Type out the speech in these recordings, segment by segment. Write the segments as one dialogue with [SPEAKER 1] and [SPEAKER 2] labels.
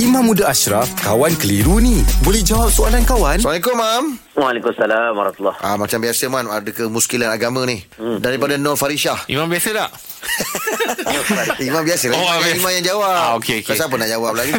[SPEAKER 1] Imam Muda Ashraf, kawan keliru ni. Boleh jawab soalan kawan?
[SPEAKER 2] Assalamualaikum, Mam.
[SPEAKER 3] Waalaikumsalam warahmatullahi
[SPEAKER 2] Ah, macam biasa, Mam. Ada kemuskilan agama ni. Hmm. Daripada Nur Farishah.
[SPEAKER 4] Imam biasa tak?
[SPEAKER 2] Imam biasa lah.
[SPEAKER 4] Oh,
[SPEAKER 2] Imam,
[SPEAKER 4] habis.
[SPEAKER 2] yang- Imam yang jawab.
[SPEAKER 4] Ah, okey, okey.
[SPEAKER 2] Kau siapa nak jawab lagi?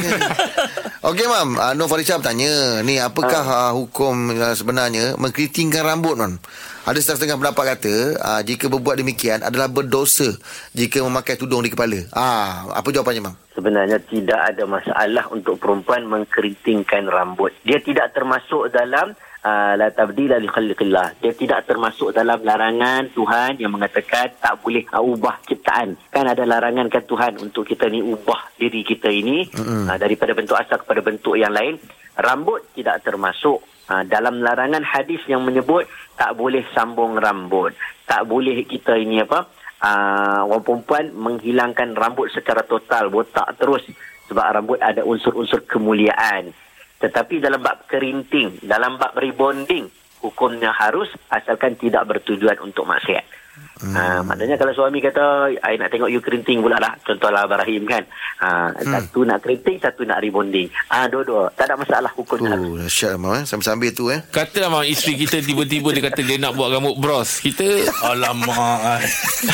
[SPEAKER 2] Okey, Mam. Ah, Nur Farishah bertanya. Ni, apakah ah, hukum ah, sebenarnya mengkeritingkan rambut, Mam? Ada setengah pendapat kata, ah, jika berbuat demikian adalah berdosa jika memakai tudung di kepala. Ah, apa jawapannya, Mam?
[SPEAKER 3] Sebenarnya tidak ada masalah untuk perempuan mengkeritingkan rambut. Dia tidak termasuk dalam uh, la tabdila li khalqillah. Dia tidak termasuk dalam larangan Tuhan yang mengatakan tak boleh uh, ubah ciptaan. Kan ada larangan kan Tuhan untuk kita ni ubah diri kita ini mm-hmm. uh, daripada bentuk asal kepada bentuk yang lain. Rambut tidak termasuk Ha, dalam larangan hadis yang menyebut tak boleh sambung rambut, tak boleh kita ini apa uh, orang perempuan menghilangkan rambut secara total, botak terus sebab rambut ada unsur-unsur kemuliaan. Tetapi dalam bab kerinting, dalam bab rebonding, hukumnya harus asalkan tidak bertujuan untuk maksiat. Hmm. Ha, maknanya kalau suami kata I nak tengok you kerinting pula lah Contohlah Abang Rahim kan ha, hmm. Satu nak kerinting Satu nak rebonding ha, Dua-dua Tak ada masalah hukumnya harus
[SPEAKER 2] Oh, dahsyat, Mam. Eh? Sambil-sambil tu, eh.
[SPEAKER 4] Katalah mam isteri kita tiba-tiba dia kata dia nak buat rambut bros. Kita alamak.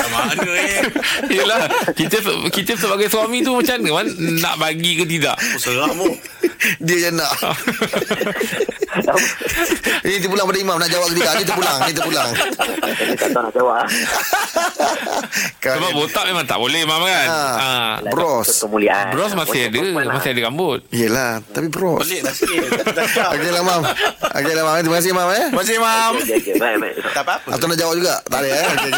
[SPEAKER 4] Mana eh? Yalah, kita kita sebagai suami tu macam mana? Man? Nak bagi ke tidak?
[SPEAKER 2] Seram Dia je nak Ini terpulang pada imam Nak jawab ke tidak Ini terpulang Ini terpulang
[SPEAKER 3] Saya tak tahu nak jawab ah.
[SPEAKER 2] Kan.
[SPEAKER 4] Sebab botak memang tak boleh mam kan.
[SPEAKER 2] Ha.
[SPEAKER 4] Ha.
[SPEAKER 2] Bros
[SPEAKER 3] Kemuliaan.
[SPEAKER 4] Bros masih ada,
[SPEAKER 3] Perempuan lah.
[SPEAKER 4] masih ada rambut.
[SPEAKER 2] Yelah Tapi bros
[SPEAKER 5] Pelik dah sikit
[SPEAKER 2] Okey lah mam Okey lah mam Terima kasih mam eh
[SPEAKER 5] Masih mam
[SPEAKER 3] Okey, okey, baik, baik.
[SPEAKER 5] Tak apa-apa
[SPEAKER 2] Atau nak jawab juga Tak ada eh Okey, okey.